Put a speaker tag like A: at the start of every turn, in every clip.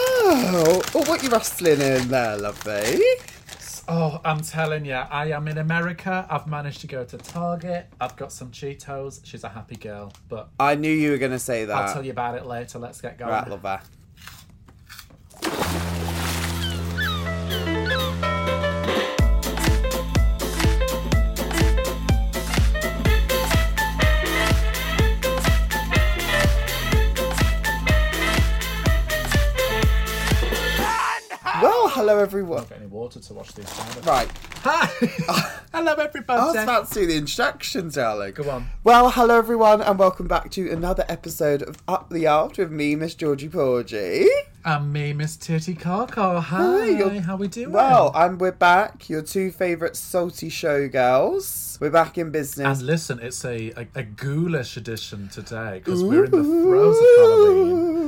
A: Oh, oh, what you rustling in there, lovely?
B: Oh, I'm telling you, I am in America. I've managed to go to Target. I've got some Cheetos. She's a happy girl, but
A: I knew you were going to say that.
B: I'll tell you about it later. Let's get going.
A: Uh, Right, lover. Well, hello everyone.
B: I've got any water to wash these down.
A: Right,
B: Hi. Hello,
A: I was
B: everybody.
A: about to do the instructions, darling.
B: Go on.
A: Well, hello everyone, and welcome back to another episode of Up the Art with me, Miss Georgie Porgy.
B: And me, Miss Titty Coco.
A: Hi,
B: Hi.
A: you're-
B: How we doing?
A: Well, and we're back. Your two favourite salty showgirls. We're back in business.
B: and listen, it's a, a, a ghoulish edition today because we're in the throes of Halloween.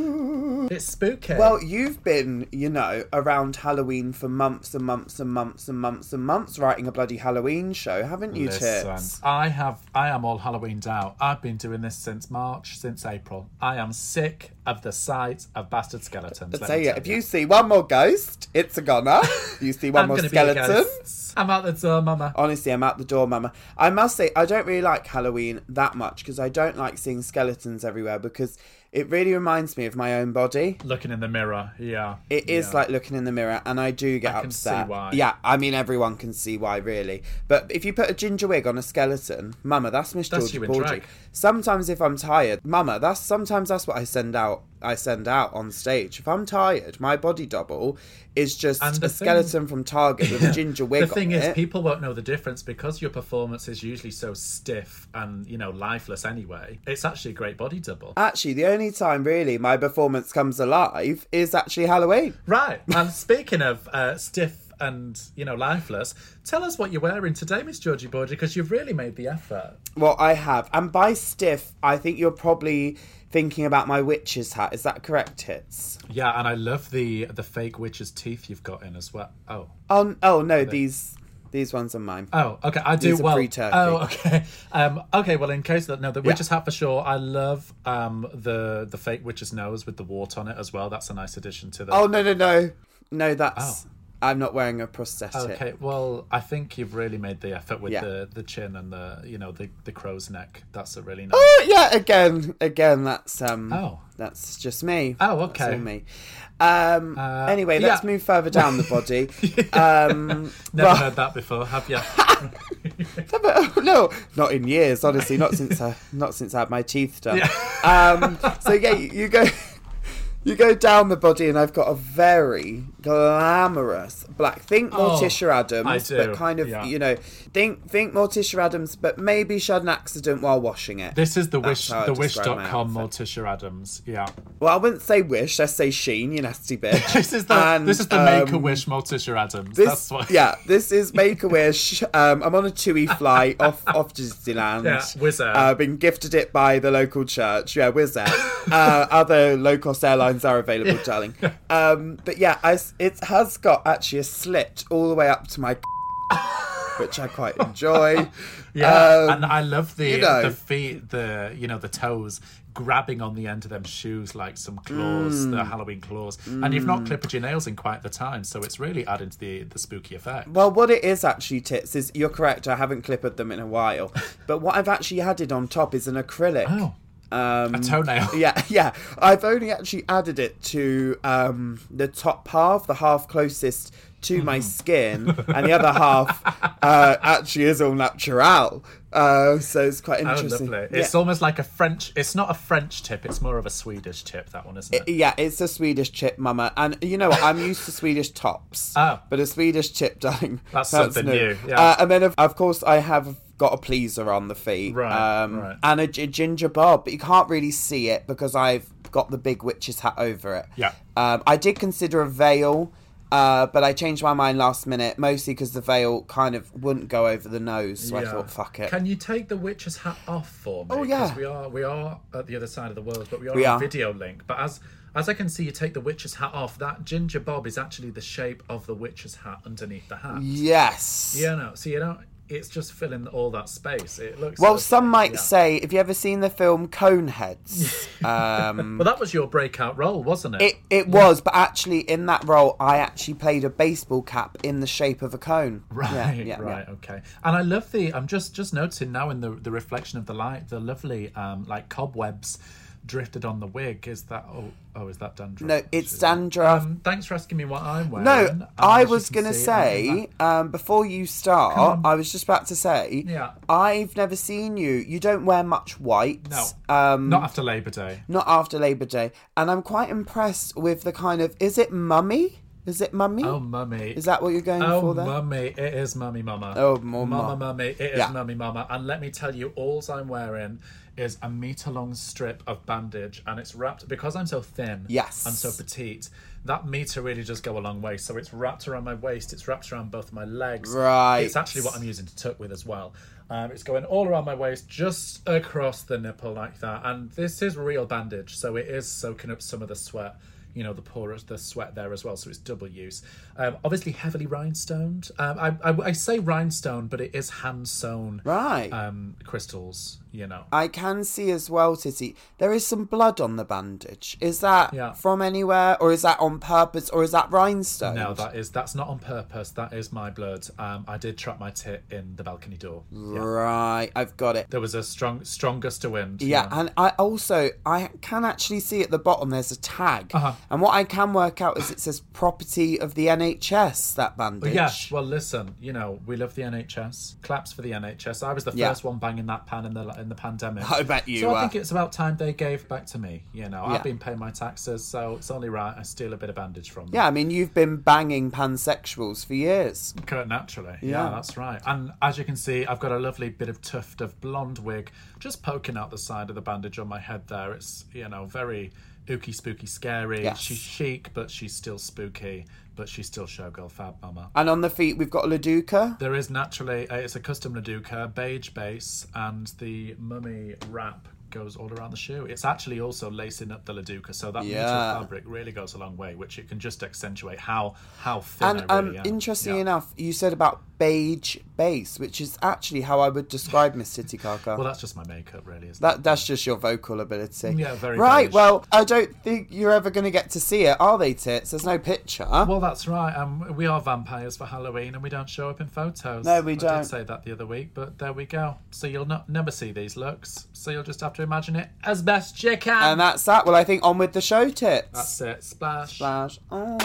B: It's spooky.
A: Well, you've been, you know, around Halloween for months and months and months and months and months writing a bloody Halloween show, haven't you, Tits?
B: I have. I am all Halloweened out. I've been doing this since March, since April. I am sick of the sight of bastard skeletons. let
A: Tell
B: me
A: you,
B: tell
A: if you see one more ghost, it's a goner. you see one
B: I'm
A: more
B: gonna Be a
A: skeleton.
B: ghost. I'm out the door, Mama.
A: Honestly, I'm out the door, Mama. I must say, I don't really like Halloween that much because I don't like seeing skeletons everywhere because it really reminds me of my own body.
B: Looking in the mirror. Yeah.
A: It is
B: yeah.
A: like looking in the mirror, and I do get
B: I can see
A: upset.
B: why.
A: Yeah, I mean everyone can see why, really. But if you put a ginger wig on a skeleton, Mama, that's Miss
B: That's
A: Georgie
B: you in
A: Porgy.
B: drag.
A: Sometimes if I'm tired, Mama, that's sometimes that's what I send out. I send out on stage. If I'm tired, my body double is just
B: And
A: a
B: the thing-
A: skeleton from Target with a ginger wig.
B: the thing
A: on
B: is,
A: it.
B: people won't know the difference because your performance is usually so stiff and you know lifeless anyway. It's actually a great body double.
A: Actually, the only time really my performance comes alive is actually Halloween.
B: Right. And speaking of uh, stiff and you know lifeless, tell us what you're wearing today, Miss Georgie Borgia, because you've really made the effort.
A: Well, I have. And by stiff, I think you're probably thinking about my witch's hat. Is that correct, Tits?
B: Yeah, and I love the the fake witch's teeth you've got in as well. Oh.
A: Oh, oh no, these these ones are mine.
B: Oh, okay. I do
A: These are
B: well.
A: free turkey.
B: Oh, okay. Um, okay. Well, in case that no, the witch's hat for sure. I love um, the the fake witch's nose with the wart on it as well. That's a nice addition to the.
A: Oh no no no, no that's. I'm not wearing a prosthetic.
B: Oh. Okay, well, I think you've really made the effort with
A: Yeah.
B: the, the chin and the you know the, the crow's neck. That's a really nice.
A: Oh, yeah, again, again. That's um.
B: Oh.
A: That's just me.
B: Oh,
A: That's
B: okay. Uh,
A: all me. Um. anyway, let's
B: yeah.
A: move further down the body. um.
B: Never
A: right.
B: heard that before, have you?
A: no, not in years. Honestly, not since I not since I had my teeth done. Um, so yeah, you, you go. You go down the body, and I've got a very glamorous black. Think
B: Oh,
A: Morticia Adams,
B: I do,
A: but kind of
B: yeah.
A: you know, think think Morticia Adams, but maybe she had an accident while washing it.
B: This is the wish
A: how I
B: the
A: describe my
B: wish.com Morticia Adams. Yeah.
A: well, I wouldn't say wish. I say sheen. You nasty bitch.
B: This is the
A: And,
B: this is the
A: um,
B: make a wish Morticia Adams.
A: This,
B: That's what
A: yeah, this is Make a Wish. Um, I'm on a two-e flight off off to Disneyland.
B: Yeah, Wizz Air.
A: Uh, been gifted it by the local church. Yeah, Wizz Air. uh, other low-cost airlines are available, darling. Um, but yeah, I s it has got actually a slit all the way up to my, which I quite enjoy.
B: Yeah,
A: Um,
B: and I love the
A: you know.
B: the feet, the you know the toes grabbing on the end of them shoes like some claws,
A: Mm.
B: the Halloween claws. And you've not clipped your nails in quite the time, so it's really adding to the the spooky effect.
A: Well, what it is actually, Tits, is you're correct. I haven't clippered them in a while, but what I've actually added on top is an acrylic.
B: Oh, um, a toenail.
A: Yeah, yeah. I've only actually added it to um, the top half, the half closest to
B: Mm.
A: my skin, and the other half uh, actually is all natural. Uh, so it's quite
B: Oh,
A: interesting.
B: lovely.
A: Yeah.
B: It's almost like a French. It's not a French tip. It's more of a Swedish tip. That one, isn't it?
A: yeah, it's a Swedish chip, Mama, and you know what? I'm used to Swedish tops,
B: Oh.
A: but a Swedish chip, darling,
B: That's something new, yeah.
A: Uh, and then, of, of course, I have got a pleaser on the feet, um,
B: Right, right.
A: and a, gi- ginger bob, but you can't really see it because I've got the big witch's hat over it.
B: Yeah.
A: um, I did consider a veil. Uh, but I changed my mind last minute, mostly because the veil kind of wouldn't go over the nose. So I
B: Yeah.
A: thought, fuck it.
B: Can you take the witch's hat off for me? Oh
A: yeah.
B: we are we are at the other side of the world, but we are
A: We
B: on
A: are.
B: video link. But as as I can see, you take the witch's hat off. That ginger bob is actually the shape of the witch's hat underneath the hat.
A: yes.
B: Yeah, no. So you don't it's just filling all that space. It looks
A: Well,
B: sort of
A: some
B: like-
A: might
B: yeah.
A: say, have you ever seen the film Coneheads? Um,
B: Well, that was your breakout role, wasn't it?
A: It it was, but actually in that role, I actually played a baseball cap in the shape of a cone.
B: Right, right, okay. And I love the. I'm just just noticing now in the the reflection of the light, the lovely um like cobwebs drifted on the wig. Is that oh oh is that dandruff?
A: No, it's dandruff.
B: Um, thanks for asking me what I'm wearing.
A: no,
B: Um,
A: I
B: as you
A: was
B: can
A: gonna
B: see, I'm in
A: say um, before you start, I was just about to say,
B: Yeah.
A: I've never seen you. You don't wear much white.
B: No.
A: Um,
B: that- not after Labor Day.
A: not after Labor Day, and I'm quite impressed with the kind of is it mummy? Is it mummy?
B: Oh, mummy.
A: Is that what you're going
B: Oh,
A: for there?
B: mummy, it is mummy, mama.
A: Oh, mama.
B: mama, mummy, it is
A: Yeah.
B: mummy, mama. And let me tell you, alls I'm wearing is a meter long strip of bandage, and it's wrapped because I'm so thin.
A: Yes.
B: I'm so petite. That meter really does go a long way. So it's wrapped around my waist. It's wrapped around both my legs.
A: Right.
B: It's actually what I'm using to tuck with as well. Um, it's going all around my waist, just across the nipple like that. And this is real bandage, so it is soaking up some of the sweat. You know, the porous, the sweat there as well, so it's double use. Um, obviously, heavily rhinestoned. Um, I, I, I say rhinestone, but it is hand sewn
A: Right.
B: um, crystals. You know,
A: I can see as well, Titty, there is some blood on the bandage. Is that
B: Yeah.
A: from anywhere, or is that on purpose, or is that rhinestone?
B: no, that is that's not on purpose. That is my blood. Um, I did trap my tit in the balcony door.
A: Right, I've got it.
B: There was a strong, strong gust of wind.
A: Yeah, and I also I can actually see at the bottom there's a tag,
B: Uh-huh.
A: and what I can work out is it says property of the NHS that bandage.
B: Yeah, well, listen, you know, we love the NHS. Claps for the NHS. I was the
A: Yeah.
B: first one banging that pan in the in the pandemic.
A: I bet you
B: So I
A: were.
B: think it's about time they gave back to me. You know,
A: Yeah.
B: I've been paying my taxes, so it's only right I steal a bit of bandage from them.
A: Yeah, I mean you've been banging pansexuals for years.
B: Kurt naturally. Yeah.
A: Yeah.
B: that's right. And as you can see, I've got a lovely bit of tuft of blonde wig just poking out the side of the bandage on my head there. It's, you know, very ooky, spooky, scary.
A: Yes.
B: She's chic, but she's still spooky, but she's still showgirl fab mama.
A: And on the feet we've got Laduca.
B: There is naturally uh, it's a custom Laduca beige base, and the mummy wrap goes all around the shoe. It's actually also lacing up the Laduca, so that meter
A: Yeah.
B: of fabric really goes a long way, which it can just accentuate how how thin
A: And
B: I
A: um,
B: really am.
A: interestingly
B: Yeah.
A: enough, you said about beige base, which is actually how I would describe Miss City Kaka.
B: Well, that's just my makeup, really. Isn't
A: that that's just your vocal ability.
B: Yeah, very
A: Right.
B: beige.
A: Well, I don't think you're ever going to get to see it, are they? Tits. There's no picture.
B: it? Well, that's right. Um, we are vampires for Halloween, and we don't show up in photos.
A: No, we
B: I
A: don't.
B: did say that the other week, but there we go. So you'll not never see these looks. So you'll just have to imagine it as best you can.
A: and that's that. Well, I think on with the show, tits.
B: that's it. Splash.
A: Splash. Oh.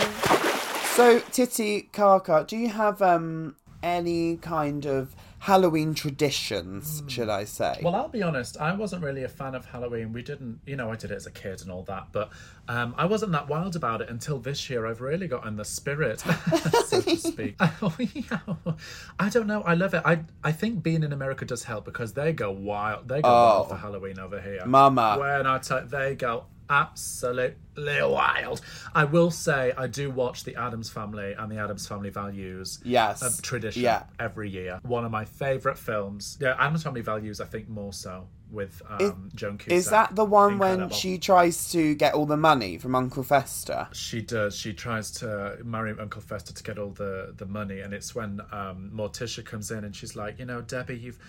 A: So, Titty Kaka, do you have um any kind of Halloween traditions? Should I say?
B: Hmm. Well, I'll be honest, I wasn't really a fan of Halloween. We didn't, you know, I did it as a kid and all that, but um, I wasn't that wild about it until this year. I've really got in the spirit, so to speak. Oh, yeah. I don't know. I love it. I I think being in America does help because they go wild. They go wild for Halloween over here.
A: Oh. Mama.
B: When I take, they go absolutely wild. I will say, I do watch the Adams Family and the Adams Family Values
A: Yes.
B: a tradition
A: Yeah.
B: every year. One of my favourite films. Yeah, Adam's Family Values, I think more so with um, Joan Cusack.
A: is that the one when
B: Incredible.
A: she tries to get all the money from Uncle Fester?
B: She does. She tries to marry Uncle Fester to get all the, the money, and it's when um, Morticia comes in and she's like, you know, Debbie, you've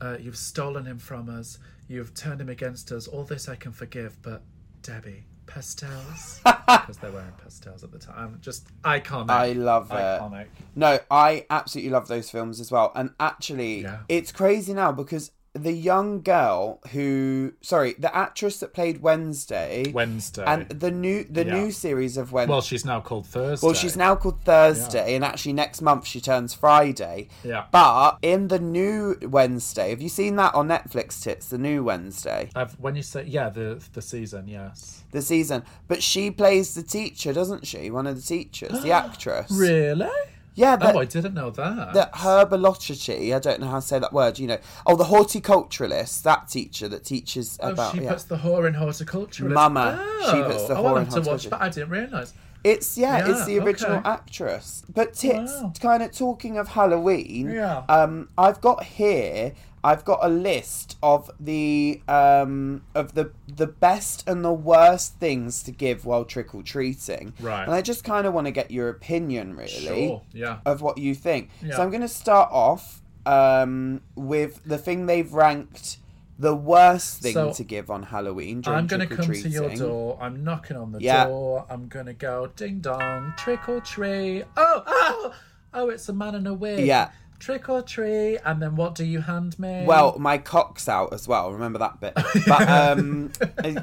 B: uh, you've stolen him from us. You've turned him against us. All this I can forgive, but Debbie, pastels, because they're wearing pastels at the time. Just iconic.
A: I uh, love it.
B: Iconic.
A: No, I absolutely love those films as well. And actually,
B: Yeah.
A: it's crazy now because the young girl who, sorry, the actress that played Wednesday,
B: Wednesday.
A: and the new the
B: Yeah.
A: new series of Wednesday.
B: well,
A: Well,
B: she's now called Thursday.
A: she's now called Thursday, and actually next month she turns Friday.
B: Yeah.
A: But in the new Wednesday, have you seen that on Netflix? Tits the new Wednesday,
B: I've, when you say yeah, the the season, yes.
A: the season. But she plays the teacher, doesn't she? One of the teachers, the actress.
B: Really?
A: Yeah, the,
B: oh, I didn't know that.
A: that herbologity, I don't know how to say that word, you know. Oh, the horticulturalist, that teacher that teaches
B: Oh,
A: about
B: she
A: yeah.
B: puts the whore in horticulture.
A: Mama,
B: Oh,
A: she puts the
B: oh,
A: whore
B: I'll
A: in
B: have to watch
A: horticulture.
B: that. I didn't realise.
A: It's yeah, it's
B: Yeah,
A: the original
B: okay.
A: actress. But tits
B: Wow.
A: kind of talking of Halloween.
B: Yeah.
A: Um I've got here I've got a list of the um of the the best and the worst things to give while trick or treating.
B: Right.
A: And I just kind of want to get your opinion really
B: Sure. Yeah.
A: of what you think.
B: Yeah.
A: So I'm going to start off um, with the thing they've ranked the worst thing
B: So,
A: to give on Halloween. During
B: I'm going to come to your
A: trick-or-treating.
B: door. I'm knocking on the
A: Yeah.
B: door. I'm going to go ding dong, trick or treat. Oh, oh, oh, it's a man in a wig.
A: Yeah.
B: Trick or treat. And then what do you hand me?
A: Well, my cock's out as well. Remember that bit. But um,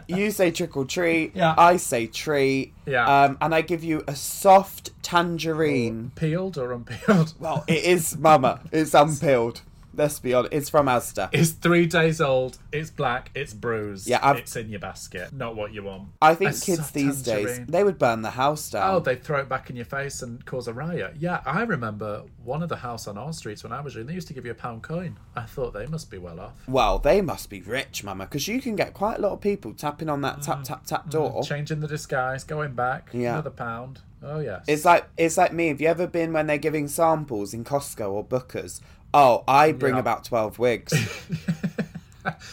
A: you say trick or treat.
B: Yeah.
A: I say treat.
B: Yeah.
A: Um, and I give you a soft tangerine.
B: peeled or unpeeled?
A: Well, it is, Mama. It's unpeeled. Let's be honest. It's from Asda.
B: It's three days old. It's black. It's bruised.
A: Yeah, I've-
B: it's in your basket. Not what you want.
A: I think
B: A
A: kids
B: soft
A: these days
B: tangerine.
A: they would burn the house down.
B: Oh, they throw it back in your face and cause a riot. Yeah, I remember one of the house on our streets when I was young. They used to give you a pound coin. I thought they must be well off.
A: Well, they must be rich, Mama, because you can get quite a lot of people tapping on that tap tap tap door.
B: Changing the disguise, going back,
A: Oh. Yeah.
B: another pound. Oh yes.
A: It's like it's like me. Have you ever been when they're giving samples in Costco or Booker's? Oh, I bring
B: Yeah.
A: about twelve wigs.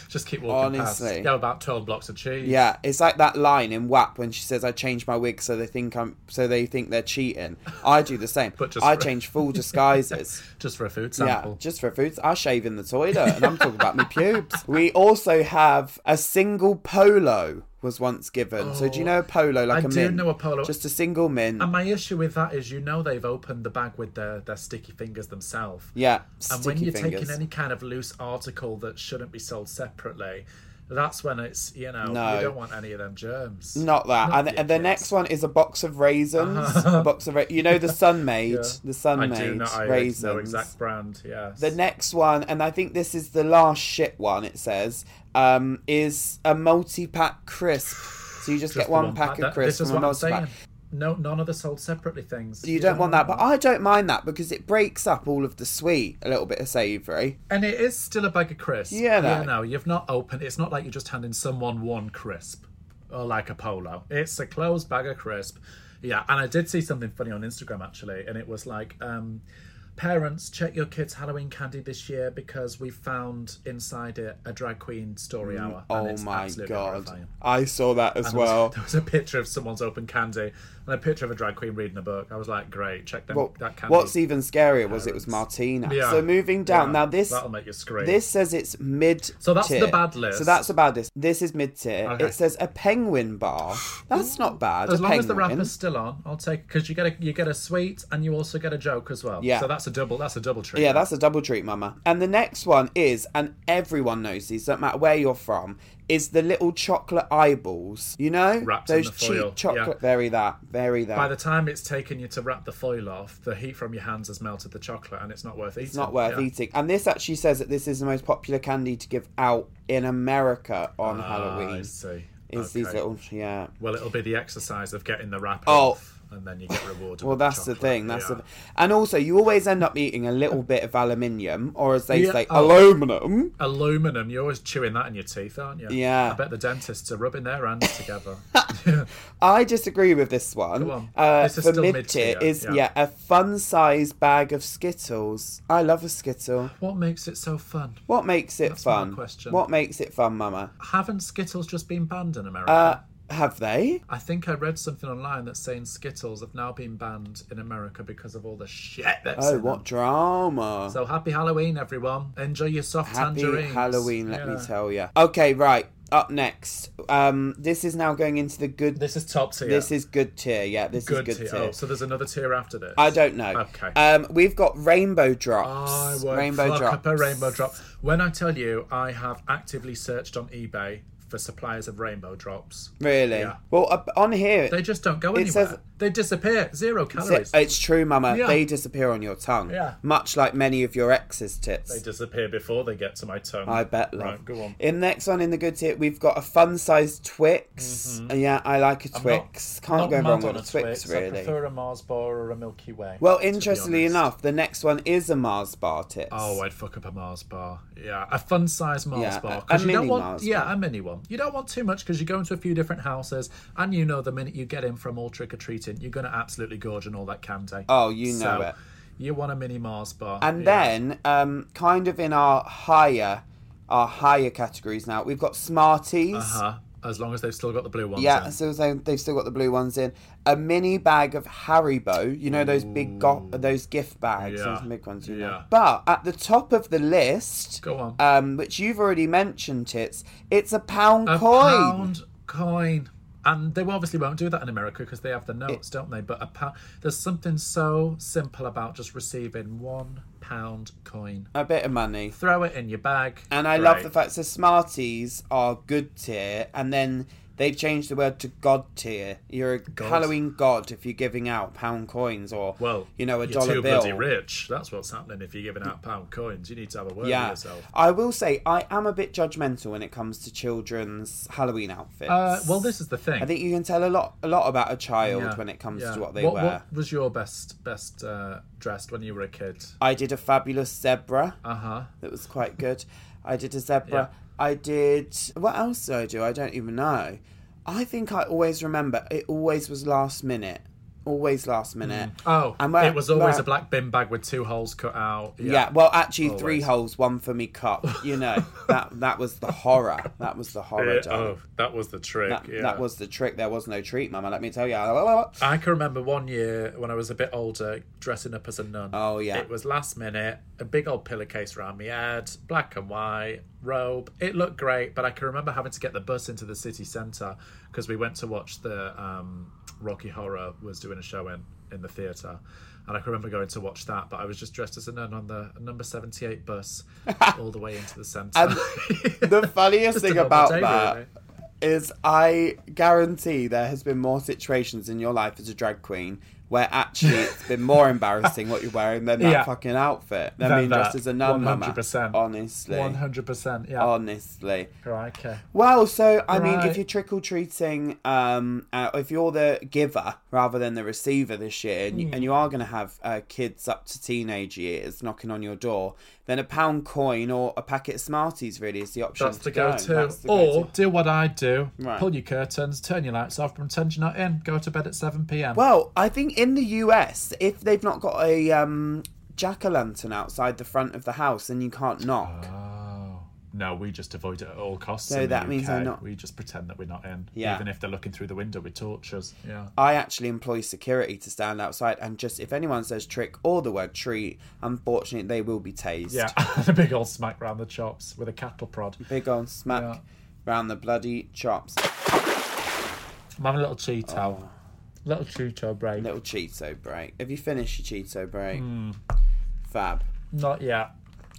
B: Just keep walking
A: Honestly.
B: past. Yeah, about twelve blocks of cheese.
A: Yeah, it's like that line in WAP when she says, "I change my wig so they think I'm so they think they're cheating." I do the same.
B: But just
A: I
B: for-
A: change full disguises.
B: Just for a food
A: yeah,
B: sample.
A: just for foods. I shave in the toilet, and I'm talking about my pubes. We also have a single polo was once given. so do you know a polo like
B: Oh,
A: a
B: I do
A: mint?
B: know a polo. Um,
A: Just a single mint.
B: And my issue with that is, you know, they've opened the bag with their, their sticky fingers themselves.
A: yeah,
B: And
A: sticky
B: when you're
A: fingers.
B: taking any kind of loose article that shouldn't be sold separately, that's when it's you know
A: No.
B: you don't want any of them germs.
A: Not that.
B: Not
A: and
B: the
A: and the
B: kids.
A: next one is a box of raisins. A box of ra- you know the sun made the sun
B: I
A: made
B: do not. I
A: raisins.
B: know exact brand. Yes.
A: The next one, and I think this is the last shit one. It says um, is a multi-pack crisp. So you just,
B: Just
A: get
B: the
A: one pack,
B: That-
A: of crisps
B: This is
A: from a
B: what I'm
A: multi-pack.
B: saying. No, none of the sold separately things.
A: You don't want that, but I don't mind that because it breaks up all of the sweet, a little bit of savoury.
B: and it is still a bag of crisps.
A: Yeah, no.
B: yeah. No, you've not opened. It's not like you're just handing someone one crisp, or like a polo. It's a closed bag of crisp. Yeah, and I did see something funny on Instagram actually, and it was like, um, parents, check your kids' Halloween candy this year because we found inside it a drag queen story hour. and
A: Oh
B: it's
A: my
B: absolutely
A: god,
B: horrifying.
A: I saw that as
B: There was-
A: well.
B: there was a picture of someone's open candy and a picture of a drag queen reading a book. I was like, great, check them,
A: Well,
B: that candy.
A: what's even scarier was it was Martina.
B: Yeah.
A: So moving down
B: Yeah,
A: now, this
B: that'll make you scream.
A: This says it's mid.
B: So that's the bad list.
A: So that's the bad list. This is mid tier.
B: Okay.
A: It says a penguin bar. That's not bad.
B: as
A: a
B: long
A: penguin.
B: as the wrapper's still on, I'll take because you get a you get a sweet and you also get a joke as well.
A: Yeah.
B: So that's a double. That's a double treat.
A: Yeah, that's a double treat, Mama. And the next one is, and everyone knows these, don't matter where you're from, is the little chocolate eyeballs. You know,
B: Wrapped in
A: those
B: the foil,
A: cheap chocolate.
B: yeah.
A: Very that. Very that.
B: By the time it's taken you to wrap the foil off, the heat from your hands has melted the chocolate and it's not worth eating.
A: It's not worth
B: Yeah.
A: eating. And this actually says that this is the most popular candy to give out in America on
B: Ah, I
A: Halloween.
B: see.
A: Is these
B: Okay.
A: little yeah.
B: Well, it'll be the exercise of getting the wrapper
A: Oh.
B: off, and then you get rewarded.
A: Well,
B: with
A: that's the
B: chocolate.
A: thing. That's
B: yeah.
A: the, and also you always end up eating a little bit of aluminium, or as they
B: Yeah,
A: say,
B: oh.
A: aluminum.
B: aluminum. You're always chewing that in your teeth, aren't you?
A: Yeah.
B: I bet the dentists are rubbing their hands together.
A: I disagree with this one.
B: on.
A: Uh,
B: This is
A: for
B: still
A: mid tier
B: mid-tier,
A: is yeah.
B: yeah.
A: a fun size bag of Skittles. I love a Skittle.
B: what makes it so fun?
A: What makes it
B: my
A: fun?
B: question.
A: What makes it fun, Mama?
B: Haven't Skittles just been banned in America?
A: Uh, have they?
B: I think I read something online that's saying Skittles have now been banned in America because of all the shit that's
A: Oh,
B: in
A: what
B: them.
A: drama!
B: So happy Halloween, everyone. Enjoy your soft
A: Happy
B: tangerines.
A: Halloween, let me
B: Yeah.
A: tell you. Okay, right. Up next, um, this is now going into the good. This,
B: This is top tier.
A: is good tier. Yeah, this
B: good,
A: is
B: tier.
A: good
B: Oh, so there's another tier after this.
A: I don't know.
B: Okay.
A: Um, we've got rainbow
B: I
A: drops.
B: would
A: rainbow
B: fuck
A: drops.
B: up a rainbow drop. When I tell you, I have actively searched on eBay for suppliers of rainbow drops.
A: Really?
B: Yeah.
A: Well, up on here,
B: They just don't go
A: It
B: anywhere.
A: says-
B: they disappear. Zero calories.
A: it's true, Mama.
B: Yeah.
A: They disappear on your tongue.
B: Yeah.
A: Much like many of your ex's tits.
B: they disappear before they get to my tongue.
A: I bet, love.
B: Right, go on.
A: In the next one, in the good tier, we've got a fun-sized Twix.
B: Mm-hmm.
A: Uh, Yeah, I like a Twix. Can't go wrong with a Twix, really.
B: I prefer a Mars bar or a Milky Way.
A: Well,
B: to be
A: interestingly
B: honest.
A: enough, the next one is a Mars bar tits.
B: Oh, I'd fuck up a Mars bar. Yeah, a fun size Mars
A: Yeah, a-
B: bar.
A: a
B: Because you
A: mini
B: don't want,
A: Mars
B: yeah, a mini one. You don't want too much because you go into a few different houses, and you know the minute you get in from all trick or treating, you're gonna absolutely gorge on all that candy.
A: Oh, you know
B: So,
A: it.
B: You want a mini Mars bar,
A: And
B: yeah.
A: then, um, kind of in our higher, our higher categories now, we've got Smarties.
B: Uh-huh. as long as they've still got the blue ones.
A: Yeah,
B: in.
A: so, so they've still got the blue ones in. A mini bag of Haribo, you know those big go- those gift bags,
B: Yeah.
A: those big ones, you
B: Yeah.
A: know. But at the top of the list,
B: Go on.
A: um, which you've already mentioned, tits, it's a pound
B: a
A: coin.
B: pound coin. And they obviously won't do that in America because they have the notes, don't they? But a pound, there's something so simple about just receiving one pound coin.
A: A bit of money.
B: Throw it in your bag.
A: And I love
B: Great.
A: the fact that Smarties are good tier, and then they've changed the word to God tier. You're a Halloween god if you're giving out pound coins or,
B: Well,
A: you know, a
B: you're
A: dollar
B: too
A: bill.
B: bloody rich. That's what's happening if you're giving out pound coins. You need to have a word
A: Yeah,
B: with yourself.
A: I will say I am a bit judgmental when it comes to children's Halloween outfits.
B: Uh, well, this is the thing.
A: I think you can tell a lot, a lot about a child
B: Yeah,
A: when it comes
B: yeah.
A: to what they
B: what,
A: wear.
B: What was your best best uh, dressed when you were a kid?
A: I did a fabulous zebra
B: Uh huh.
A: that was quite good. I did a zebra. I did what else did I do? I don't even know. I think I always remember. It always was last minute. Always last minute.
B: Oh,
A: And where-
B: it was always
A: where-
B: a black bin bag with two holes cut out.
A: Yeah. well, actually, three
B: Always.
A: holes, one for me cup. You know that that was the horror. That was the horror.
B: Yeah,
A: darling.
B: oh, that was the trick.
A: That,
B: yeah.
A: that was the trick. There was no treat, Mama. Let me tell you.
B: I can remember one year when I was a bit older, dressing up as a nun.
A: Oh, yeah.
B: It was last minute, a big old pillowcase around my head, black and white, robe. It looked great, but I can remember having to get the bus into the city centre because we went to watch the um, Rocky Horror was doing a show in, in the theatre. And I can remember going to watch that, but I was just dressed as a nun on the number 78 bus all the way into the centre.
A: The funniest
B: Just a
A: thing
B: normal
A: about
B: day,
A: that
B: really.
A: is I guarantee there has been more situations in your life as a drag queen where actually it's been more embarrassing what you're wearing than that
B: Yeah.
A: fucking outfit than
B: Than
A: being dressed
B: that.
A: as a nun, mama.
B: 100%.
A: Honestly.
B: 100%. Yeah.
A: Oh. Honestly.
B: Right, okay.
A: Well, so I mean, if
B: Right.
A: you're trick or treating, um, uh, if you're the giver rather than the receiver this year, and, you and
B: Hmm.
A: you are going to have uh, kids up to teenage years knocking on your door, then a pound coin or a packet of Smarties really is the option.
B: That's the
A: to go.
B: go to.
A: That's the
B: Or
A: go-to.
B: do what I do
A: Right.
B: pull your curtains, turn your lights off, pretend you're not in, go to bed at 7 pm.
A: well, I think in the US, if they've not got a um, jack o' lantern outside the front of the house, then you can't knock.
B: Oh. No, we just avoid it at all costs.
A: So
B: in the
A: that means
B: UK.
A: they're not-
B: We just pretend that we're not in.
A: Yeah.
B: Even if they're looking through the window with torches. Yeah.
A: I actually employ security to stand outside and just if anyone says trick or the word treat, unfortunately they will be tased.
B: Yeah. a big old smack round the chops with a cattle prod.
A: Big old smack
B: Yeah.
A: round the bloody chops.
B: I'm having a little Cheeto.
A: Oh.
B: Little Cheeto break.
A: Little Cheeto break. Have you finished your Cheeto break?
B: Hmm.
A: Fab.
B: Not yet.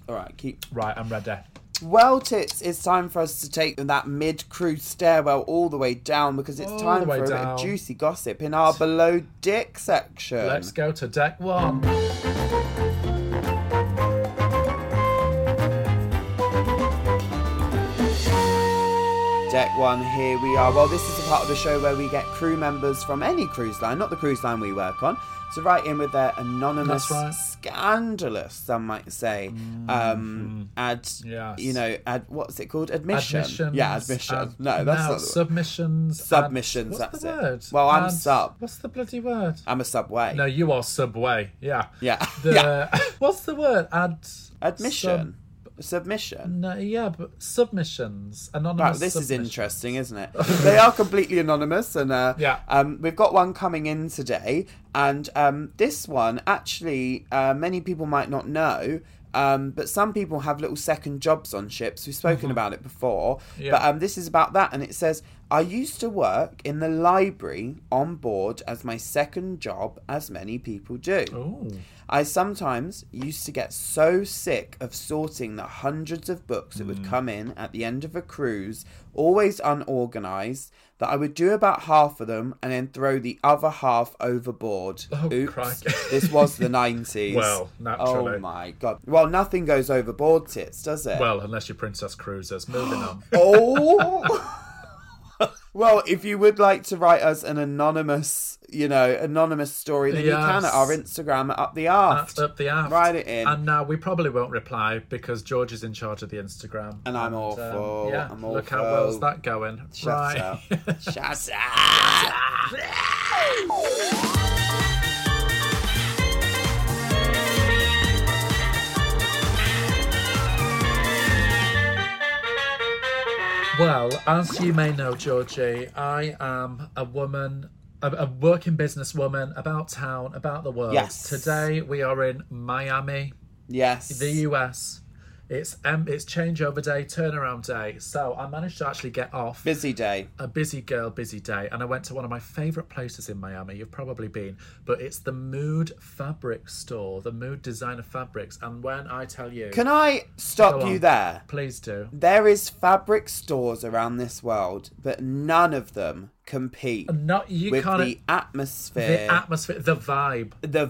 A: All right, keep.
B: Right, I'm ready.
A: Well, tits, it's time for us to take that mid cruise stairwell all the way down because it's
B: All
A: time
B: the
A: for
B: way
A: a bit
B: down.
A: of juicy gossip in our below dick section.
B: Let's go to deck one.
A: Deck one, here we are. Well, this is a part of the show where we get crew members from any cruise line, not the cruise line we work on, to write in with their anonymous,
B: That's right. Mm-hmm.
A: scandalous, some might say, um, ad,
B: Yes.
A: you know, ad, what's it called? Admission.
B: Admissions.
A: Yeah, admission.
B: ad-
A: no, that's
B: no,
A: not. the word.
B: submissions. ad-
A: Submissions,
B: what's the
A: that's it.
B: word?
A: Well, I'm
B: Ad-
A: sub.
B: What's the bloody word?
A: I'm a subway.
B: No, you are subway. Yeah.
A: Yeah.
B: The,
A: Yeah.
B: What's the word? Ad.
A: Admission.
B: sub-
A: Submission.
B: no, yeah, but submissions. Anonymous.
A: Wow, this is
B: submission.
A: interesting, isn't it? they are completely anonymous, and uh,
B: Yeah.
A: um, we've got one coming in today, and um, this one actually, uh, many people might not know. Um, but some people have little second jobs on ships. We've spoken about it before.
B: Mm-hmm. Yeah.
A: But um, this is about that. And it says, I used to work in the library on board as my second job, as many people do.
B: Ooh.
A: I sometimes used to get so sick of sorting the hundreds of books that
B: Hmm.
A: would come in at the end of a cruise, always unorganized, that I would do about half of them and then throw the other half overboard.
B: Oh,
A: Oops.
B: crikey.
A: this was the 90s.
B: Well, naturally.
A: Oh my god. Well, nothing goes overboard, tits, does it?
B: Well, unless you're Princess Cruises. Moving on.
A: Oh. well, if you would like to write us an anonymous, you know, anonymous story, then you can at
B: Yes.
A: our Instagram at up the aft.
B: That's up the aft.
A: Write it in.
B: And now we probably won't reply because George is in charge of the Instagram.
A: And I'm
B: um,
A: awful.
B: yeah,
A: I'm
B: look how
A: awful.
B: well's that going.
A: Shut
B: right.
A: up. Shut up.
B: Well, Well, as you may know, Georgie, I am a woman, a, a working business woman about town, about the world.
A: Yes.
B: Today we are in Miami,
A: Yes.
B: the US. It's um, it's changeover day, turnaround day. So I managed to actually get off
A: Busy day.
B: a busy girl, busy day, and I went to one of my favourite places in Miami. You've probably been, but it's the Mood Fabric Store, the Mood Designer Fabrics. And when I tell you,
A: Can I stop
B: Go
A: you
B: on.
A: there?
B: please do.
A: There is fabric stores around this world, but none of them compete
B: Not you
A: with
B: can't
A: the atmosphere,
B: the
A: the,
B: atmosphere, the vibe.
A: vibe.
B: the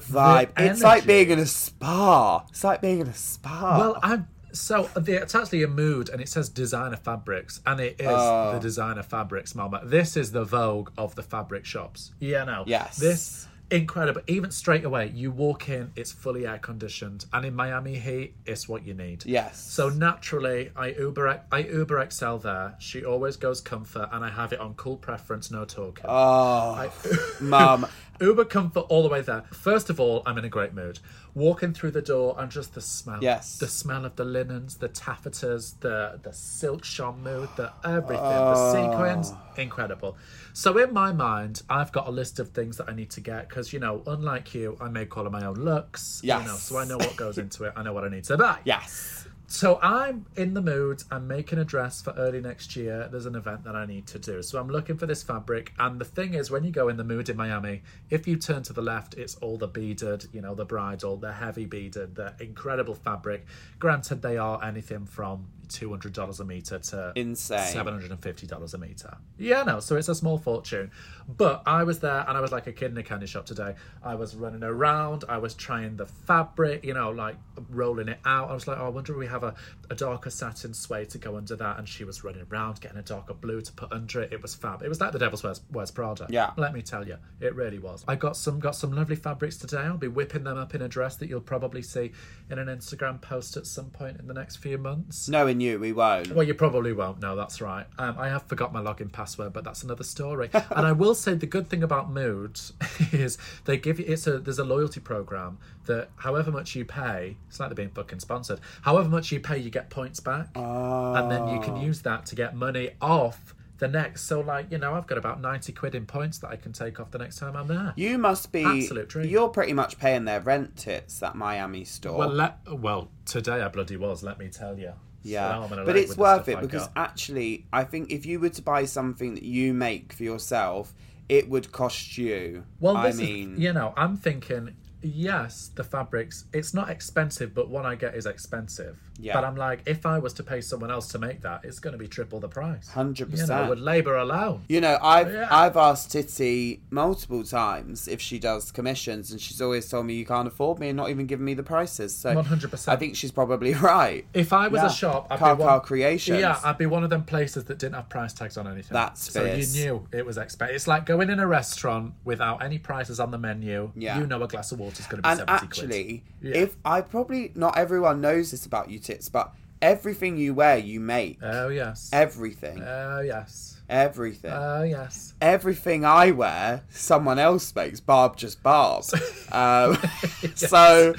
A: it's like
B: energy.
A: being in a spa. It's like being in a spa.
B: Well, I'm so the, it's actually a mood, and it says designer fabrics, and it is
A: Oh.
B: the designer fabrics, Mama. This is the vogue of the fabric shops. Yeah, no.
A: Yes.
B: This incredible. Even straight away, you walk in, it's fully air conditioned, and in Miami heat, it's what you need.
A: yes.
B: So naturally, I Uber I Uber excel there. She always goes comfort, and I have it on cool preference, no talking.
A: oh, mum.
B: Uber comfort all the way there. First of all, I'm in a great mood. Walking through the door and just the smell.
A: Yes.
B: The smell of the linens, the taffetas, the the silk charmeau, the everything,
A: Ah.
B: the sequins. Incredible. So in my mind, I've got a list of things that I need to get because you know, unlike you, I make all of my own looks. You know,
A: Yes.
B: so I know what goes into it. I know what I need to buy.
A: Yes.
B: So I'm in the mood. I'm making a dress for early next year. There's an event that I need to do. So I'm looking for this fabric. And the thing is, when you go in the mood in Miami, if you turn to the left, it's all the beaded, you know, the bridal, the heavy beaded, the incredible fabric. Granted, they are anything from $200 a meter to
A: Insane.
B: seven hundred and fifty dollars a meter. Yeah, no, so it's a small fortune. But I was there and I was like a kid in a candy shop today. I was running around, I was trying the fabric, you know, like rolling it out. I was like, oh, I wonder if we have a, a darker satin suede to go under that. And she was running around getting a darker blue to put under it. It was fab. It was like the Devil's Wears, Wears Prada.
A: Yeah.
B: Let me tell you, it really was. I got some got some lovely fabrics today. I'll be whipping them up in a dress that you'll probably see in an Instagram post at some point in the next few months.
A: Knowing you, we won't.
B: Well, you probably won't. No, that's right. Um, I have forgot my login password, but that's another story. and I will say the good thing about Mood is they give you it's a there's a loyalty program that however much you pay, it's like they're being fucking sponsored. However much you pay, you get points back, and then you can use that to get money off the next. So, like you know, I've got about ninety quid in points that I can take off the next time I'm there.
A: You must be.
B: Absolute dream.
A: You're pretty much paying their rent tits, that Miami store.
B: Well, let, well, today I bloody was. Let me tell you. So now
A: yeah,
B: I'm gonna
A: but
B: load
A: it's
B: with the
A: worth
B: stuff
A: it
B: I
A: because
B: got.
A: actually, I think if you were to buy something that you make for yourself, it would cost you.
B: Well,
A: I
B: this
A: mean,
B: is, you know, I'm thinking, yes, the fabrics, it's not expensive, but what I get is expensive.
A: Yeah.
B: But I'm like, if I was to pay someone else to make that, it's going to be triple the price.
A: 100%.
B: You know, would labour allow?
A: You know, I've
B: Yeah.
A: I've asked Titty multiple times if she does commissions, and she's always told me you can't afford me and not even given me the prices. So
B: 100%.
A: I think she's probably right.
B: If I was
A: Yeah.
B: a shop, I'd
A: Car
B: be one,
A: Car Creations.
B: Yeah, I'd be one of them places that didn't have price tags on anything.
A: That's
B: so
A: fierce.
B: you knew it was expensive. It's like going in a restaurant without any prices on the menu.
A: Yeah.
B: you know a glass of water's going to be
A: and
B: seventy quid.
A: actually,
B: Yeah.
A: if I probably not everyone knows this about you, Tits, but everything you wear, you make
B: Oh yes.
A: eh everything,
B: Oh yes.
A: everything.
B: Oh yes.
A: everything I wear, someone else makes. Barb just Barb. um, So,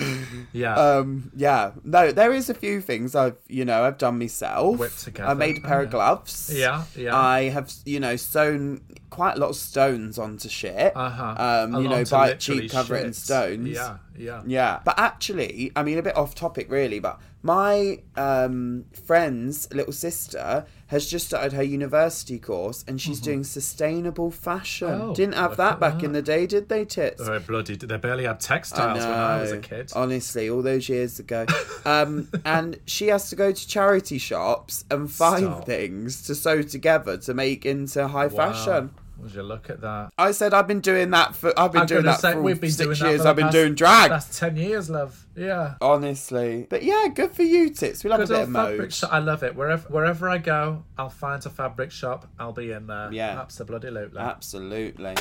B: Yeah.
A: um, yeah, no, there is a few things I've, you know, I've done myself.
B: Whipped together.
A: I made a pair of gloves.
B: Yeah, yeah.
A: I have, you know, sewn quite a lot of stones onto shit.
B: Uh-huh.
A: Um, you
B: Along
A: know,
B: to
A: by
B: literally
A: cheap cover it in
B: shits.
A: stones.
B: Yeah, yeah.
A: Yeah. But actually, I mean, a bit off topic, really, but my um, friend's little sister has just started her university course and she's doing sustainable fashion.
B: Mm-hmm. Oh,
A: Didn't have
B: look
A: that
B: at
A: back
B: that.
A: in the day, did they, Tits?
B: Oh, bloody, they barely had textiles when I was a
A: No,
B: kid.
A: Honestly, all those years ago. Um, and she has to go to charity shops and find
B: Stop.
A: things to sew together to make into high fashion.
B: Would you look at that?
A: I said I've been doing that for I've been
B: I'm
A: doing
B: gonna
A: that
B: say
A: for
B: we've been
A: six
B: doing that
A: years.
B: for the
A: I've been
B: past-
A: doing drag.
B: That's ten years, love. Yeah.
A: Honestly. But yeah, good for you, Tits. We love
B: Good
A: a bit
B: old
A: of
B: fabric
A: mode.
B: shop. I love it. Wherever wherever I go, I'll find a fabric shop. I'll be in there.
A: Yeah.
B: Absolutely.
A: Absolutely.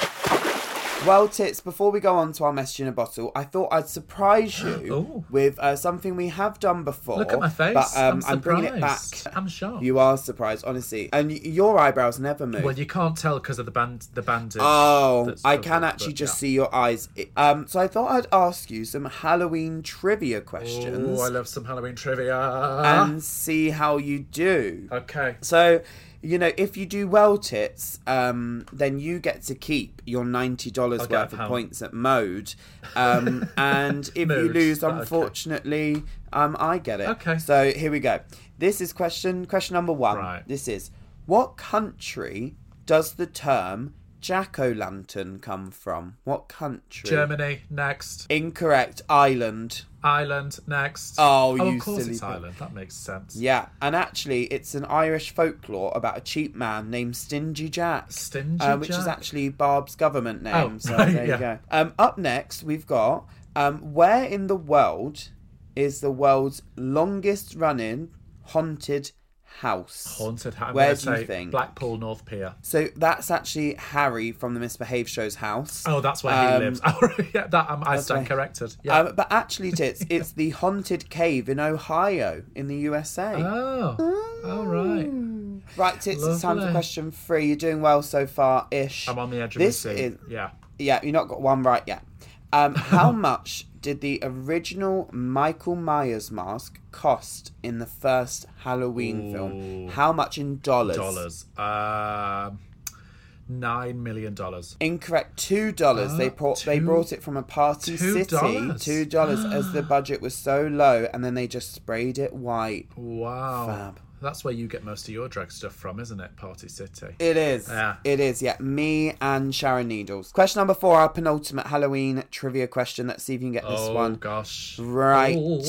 A: Well, Tits, before we go on to our message in a bottle, I thought I'd surprise you
B: Ooh.
A: with uh, something we have done before.
B: Look at my face.
A: But um,
B: I'm,
A: I'm bringing it back.
B: surprised. I'm shocked.
A: You are surprised, honestly. And y- your eyebrows never move.
B: Well, you can't tell because of the band the bandage.
A: Oh,
B: that's
A: I
B: covered,
A: can
B: but
A: actually just
B: yeah.
A: see your eyes. I- Um, so I thought I'd ask you some Halloween trivia questions
B: Oh, I love some Halloween trivia.
A: and see how you do.
B: okay.
A: So you know, if you do well, tits, um, then you get to keep your ninety dollars
B: I'll get a
A: worth of
B: pound.
A: points at Mode, um, and if you
B: Mode,
A: lose,
B: but okay.
A: unfortunately, um, I get it.
B: Okay.
A: So here we go. This is question question number one.
B: Right.
A: This is what country does the term jack o' lantern come from? What country?
B: Germany next.
A: Incorrect. Ireland.
B: Ireland next.
A: Oh, you
B: of course
A: silly
B: it's
A: boy.
B: Ireland. That makes sense.
A: Yeah, and actually, it's an Irish folklore about a cheap man named Stingy Jack.
B: Stingy
A: uh, which is
B: Jack?
A: actually Barb's government name.
B: Oh,
A: so
B: right,
A: there you
B: yeah.
A: go. Um, up next, we've got um, where in the world is the world's longest running haunted house?
B: Haunted. house.
A: Where
B: i
A: do you think?
B: Blackpool North Pier.
A: so that's actually Harry from the Misbehave Show's house.
B: Oh, that's where
A: Um,
B: he lives. Oh, yeah, that um, I stand
A: where-
B: corrected. Yeah.
A: Um, but actually, tits, it's the haunted cave in Ohio in the USA.
B: oh, all right.
A: Mm. Right, tits, it's time for
B: Lovely.
A: question three. You're doing well so far, ish.
B: I'm on the edge of
A: this
B: my seat.
A: is-
B: yeah.
A: Yeah, you've not got one right yet. Um, how much did the original Michael Myers mask cost in the first Halloween film?
B: Ooh.
A: How much in dollars?
B: Dollars. Um, nine million dollars.
A: Incorrect. Two dollars. they
B: Uh,
A: brought they
B: two-
A: brought it from a party
B: two
A: city.
B: dollars?
A: Two dollars, as the budget was so low, and then they just sprayed it white.
B: Wow.
A: Fab.
B: That's where you get most of your drug stuff from, isn't it? Party City.
A: It is.
B: Yeah.
A: It is, yeah. Me and Sharon Needles. Question number four, our penultimate Halloween trivia question. Let's see if you can get this
B: oh
A: one
B: gosh.
A: Right.
B: Ooh.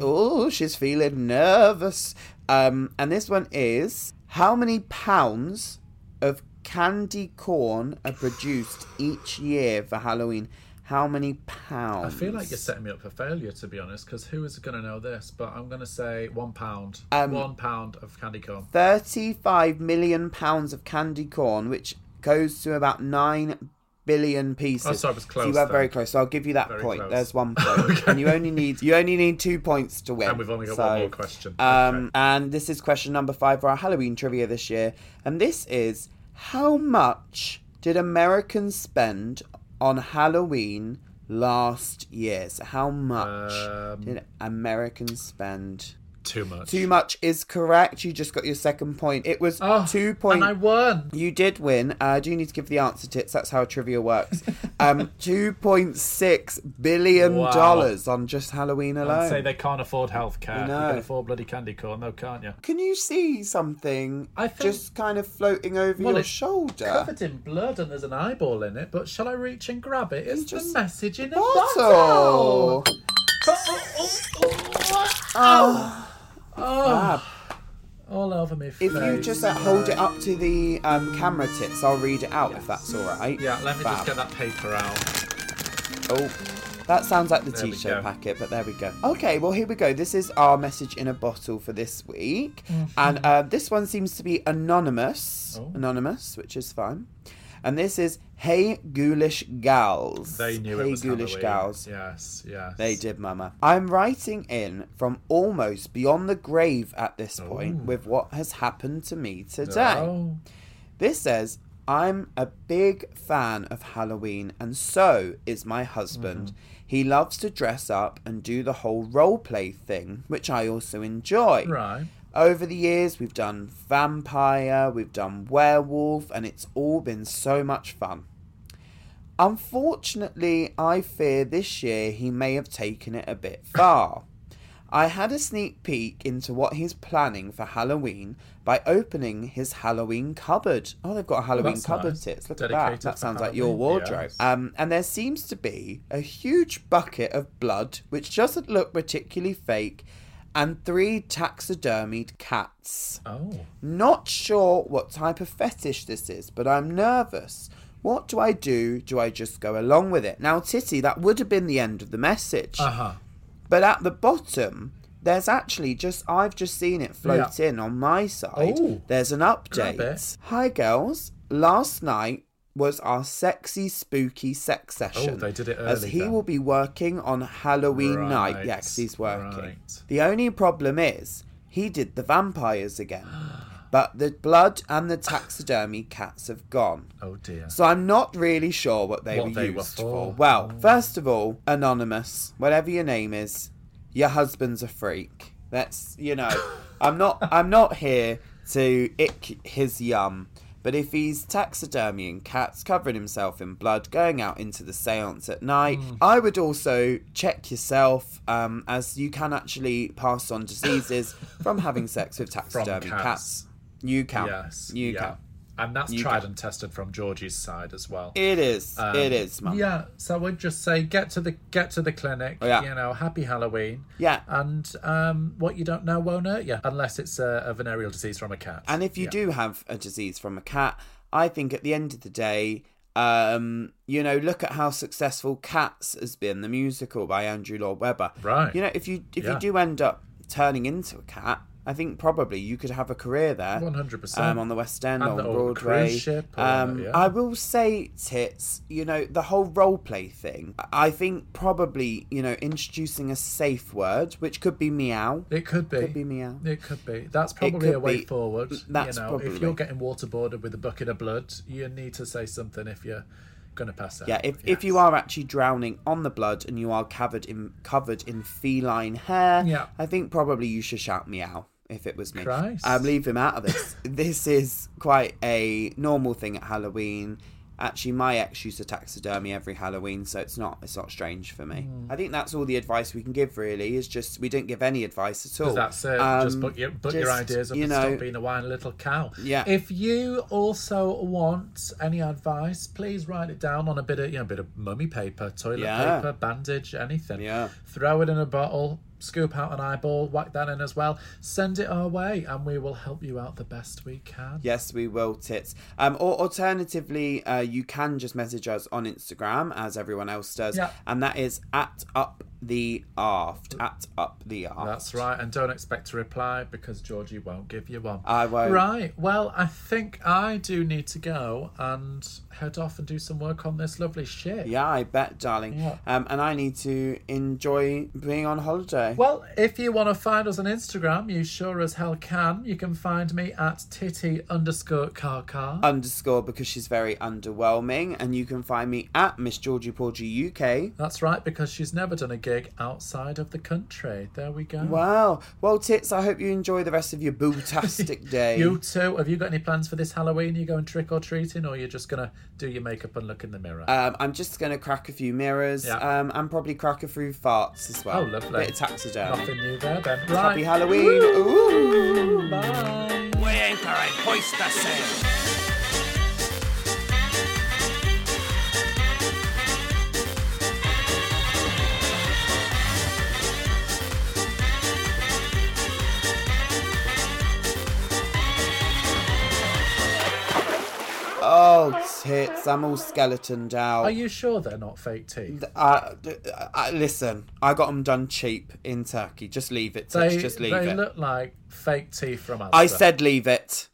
A: Oh, she's feeling nervous. Um, and this one is how many pounds of candy corn are produced each year for Halloween? How many pounds?
B: I feel like you're setting me up for failure, to be honest, because who is going to know this? But I'm going to say one pound.
A: Um,
B: one pound of candy corn.
A: 35 million pounds of candy corn, which goes to about 9 billion pieces.
B: Oh, sorry, I was
A: So you
B: close
A: were
B: then.
A: very close. So I'll give you that
B: Very
A: point.
B: close.
A: There's one point.
B: Okay.
A: And you only need you only need two points to win.
B: And we've only got
A: So,
B: one more question.
A: Um, And this is question number five for our Halloween trivia this year. And this is how much did Americans spend on Halloween last year? So how much
B: Um,
A: did Americans spend?
B: Too much.
A: Too much is correct. You just got your second point. It was
B: Oh,
A: two point.
B: And I won.
A: You did win. Uh, I do need to give the answer tits. That's how trivia works. um, two point six billion
B: Wow.
A: dollars on just Halloween alone.
B: And say they can't afford healthcare. You,
A: know.
B: can afford bloody candy corn, though, can't you?
A: Can you see something
B: I think-
A: just kind of floating over
B: Well,
A: your
B: it's
A: shoulder?
B: Covered in blood and there's an eyeball in it, but shall I reach and grab it? It's
A: just-
B: the message in a
A: Bottle.
B: bottle.
A: Oh,
B: Oh, all over me.
A: if you
B: face.
A: just uh, hold it up to the um, camera tits, I'll read it out if that's all right.
B: Yeah, let me
A: Fab.
B: just get that paper out.
A: Oh, that sounds like the
B: we
A: t-shirt
B: go.
A: packet, but there we go. Okay, well here we go. This is our message in a bottle for this week, and uh, this one seems to be anonymous,
B: Mm-hmm. Oh.
A: anonymous, which is fine. And this is "Hey Ghoulish Gals."
B: They knew
A: hey
B: it was
A: Ghoulish
B: Halloween.
A: Gals.
B: Yes, yes.
A: They did, Mama. I'm writing in from almost beyond the grave at this point
B: Oh.
A: with what has happened to me today.
B: Oh,
A: This says, I'm a big fan of Halloween, and so is my husband.
B: Mm-hmm.
A: He loves to dress up and do the whole role play thing, which I also enjoy.
B: right.
A: Over the years, we've done vampire, we've done werewolf, and it's all been so much fun. Unfortunately, I fear this year he may have taken it a bit far. I had a sneak peek into what he's planning for Halloween by opening his Halloween cupboard. Oh, they've got a Halloween
B: that's
A: cupboard
B: nice.
A: tits. Look at
B: Dedicated
A: that. That
B: for
A: sounds like your
B: Halloween,
A: wardrobe.
B: yes.
A: Um, and there seems to be a huge bucket of blood, which doesn't look particularly fake, and three taxidermied cats.
B: Oh.
A: Not sure what type of fetish this is, but I'm nervous. What do I do? Do I just go along with it? Now, Titty, that would have been the end of the message.
B: Uh huh.
A: But at the bottom, there's actually just I've just seen it float in on my side.
B: Oh.
A: there's an
B: Grab
A: update.
B: it.
A: Hi girls. Last night was our sexy spooky sex session.
B: Oh, they did it
A: As
B: early
A: he
B: then.
A: will be working on Halloween night.
B: Right,
A: Yeah, 'cause he's working.
B: right.
A: The only problem is he did the vampires again. But the blood and the taxidermy cats have gone.
B: Oh dear.
A: So I'm not really sure what they
B: What
A: were
B: they were
A: used for.
B: for.
A: Well, first of all, anonymous, whatever your name is, your husband's a freak. That's you know, I'm not I'm not here to ick his yum. But if he's taxidermying cats, covering himself in blood, going out into the seance at night,
B: Hmm.
A: I would also check yourself um, as you can actually pass on diseases from having sex with taxidermy
B: cats.
A: cats. You can.
B: Yes.
A: You
B: yeah.
A: can.
B: And that's
A: You
B: tried
A: can.
B: and tested from Georgie's side as well.
A: It is.
B: Um,
A: it is, mum.
B: yeah, so we'd just say get to the get to the clinic.
A: Oh, yeah.
B: You know, happy Halloween.
A: Yeah.
B: And um, what you don't know won't hurt you, unless it's a, a venereal disease from a cat.
A: And if you
B: Yeah.
A: do have a disease from a cat, I think at the end of the day, um, you know, look at how successful Cats has been, the musical by Andrew Lloyd Webber.
B: Right.
A: You know, if you if
B: Yeah.
A: you do end up turning into a cat, I think probably you could have a career there.
B: 100%.
A: Um, on the West End,
B: And
A: on
B: the- or the cruise
A: Broadway.
B: ship or-
A: um,
B: yeah.
A: I will say, tits. You know, the whole role play thing. I think probably you know introducing a safe word, which could be meow.
B: It could be.
A: Could be meow.
B: It could be. That's probably a
A: could
B: way
A: be.
B: forward.
A: That's
B: you know,
A: probably-
B: if you're getting waterboarded with a bucket of blood, you need to say something if you're gonna pass out.
A: Yeah, if, if you are actually drowning on the blood and you are covered in covered in feline hair,
B: Yeah.
A: I think probably you should shout meow if it was me.
B: Christ.
A: Um, leave him out of this. this is quite a normal thing at Halloween. Actually, my ex used to taxidermy every Halloween, so it's not it's not strange for me.
B: Hmm.
A: I think that's all the advice we can give. Really, is just we didn't give any advice at all.
B: That's it. just
A: Um,
B: put your put your
A: just,
B: ideas up
A: you
B: and
A: know,
B: stop being a whiny little cow.
A: Yeah.
B: If you also want any advice, please write it down on a bit of you know, a bit of mummy paper, toilet
A: Yeah.
B: paper, bandage, anything.
A: Yeah.
B: Throw it in a bottle, scoop out an eyeball, whack that in as well. Send it our way and we will help you out the best we can.
A: Yes, we will, tits. Um, or alternatively, uh, you can just message us on Instagram, as everyone else does,
B: Yeah.
A: and that is at up the aft. At up the aft.
B: That's right, and don't expect to reply because Georgie won't give you one.
A: I won't.
B: Right, well, I think I do need to go and head off and do some work on this lovely ship.
A: Yeah, I bet, darling.
B: Yeah.
A: Um, and I need to enjoy being on holiday.
B: Well, if you want to find us on Instagram, you sure as hell can. You can find me at titty underscore car car.
A: Underscore because she's very underwhelming, and you can find me at Miss Georgie Porgy UK.
B: That's right, because she's never done a gig outside of the country. There we go.
A: Wow. Well, tits. I hope you enjoy the rest of your bootastic day.
B: You too, have you got any plans for this Halloween? Are you going trick or treating or you're just going to do your makeup and look in the mirror?
A: Um, I'm just going to crack a few mirrors
B: Yeah.
A: um, and probably crack a few farts as well.
B: Oh, lovely.
A: Bit of taxidermy.
B: Nothing new there then. Right.
A: Happy Halloween. Ooh.
B: Bye.
A: Oh, tits. I'm all skeletoned
B: Are
A: out.
B: you sure they're not fake teeth?
A: Uh, d- uh, listen, I got them done cheap in Turkey. Just leave it, tits.
B: They,
A: just leave
B: they
A: it.
B: look like fake teeth from Asda.
A: I said leave it.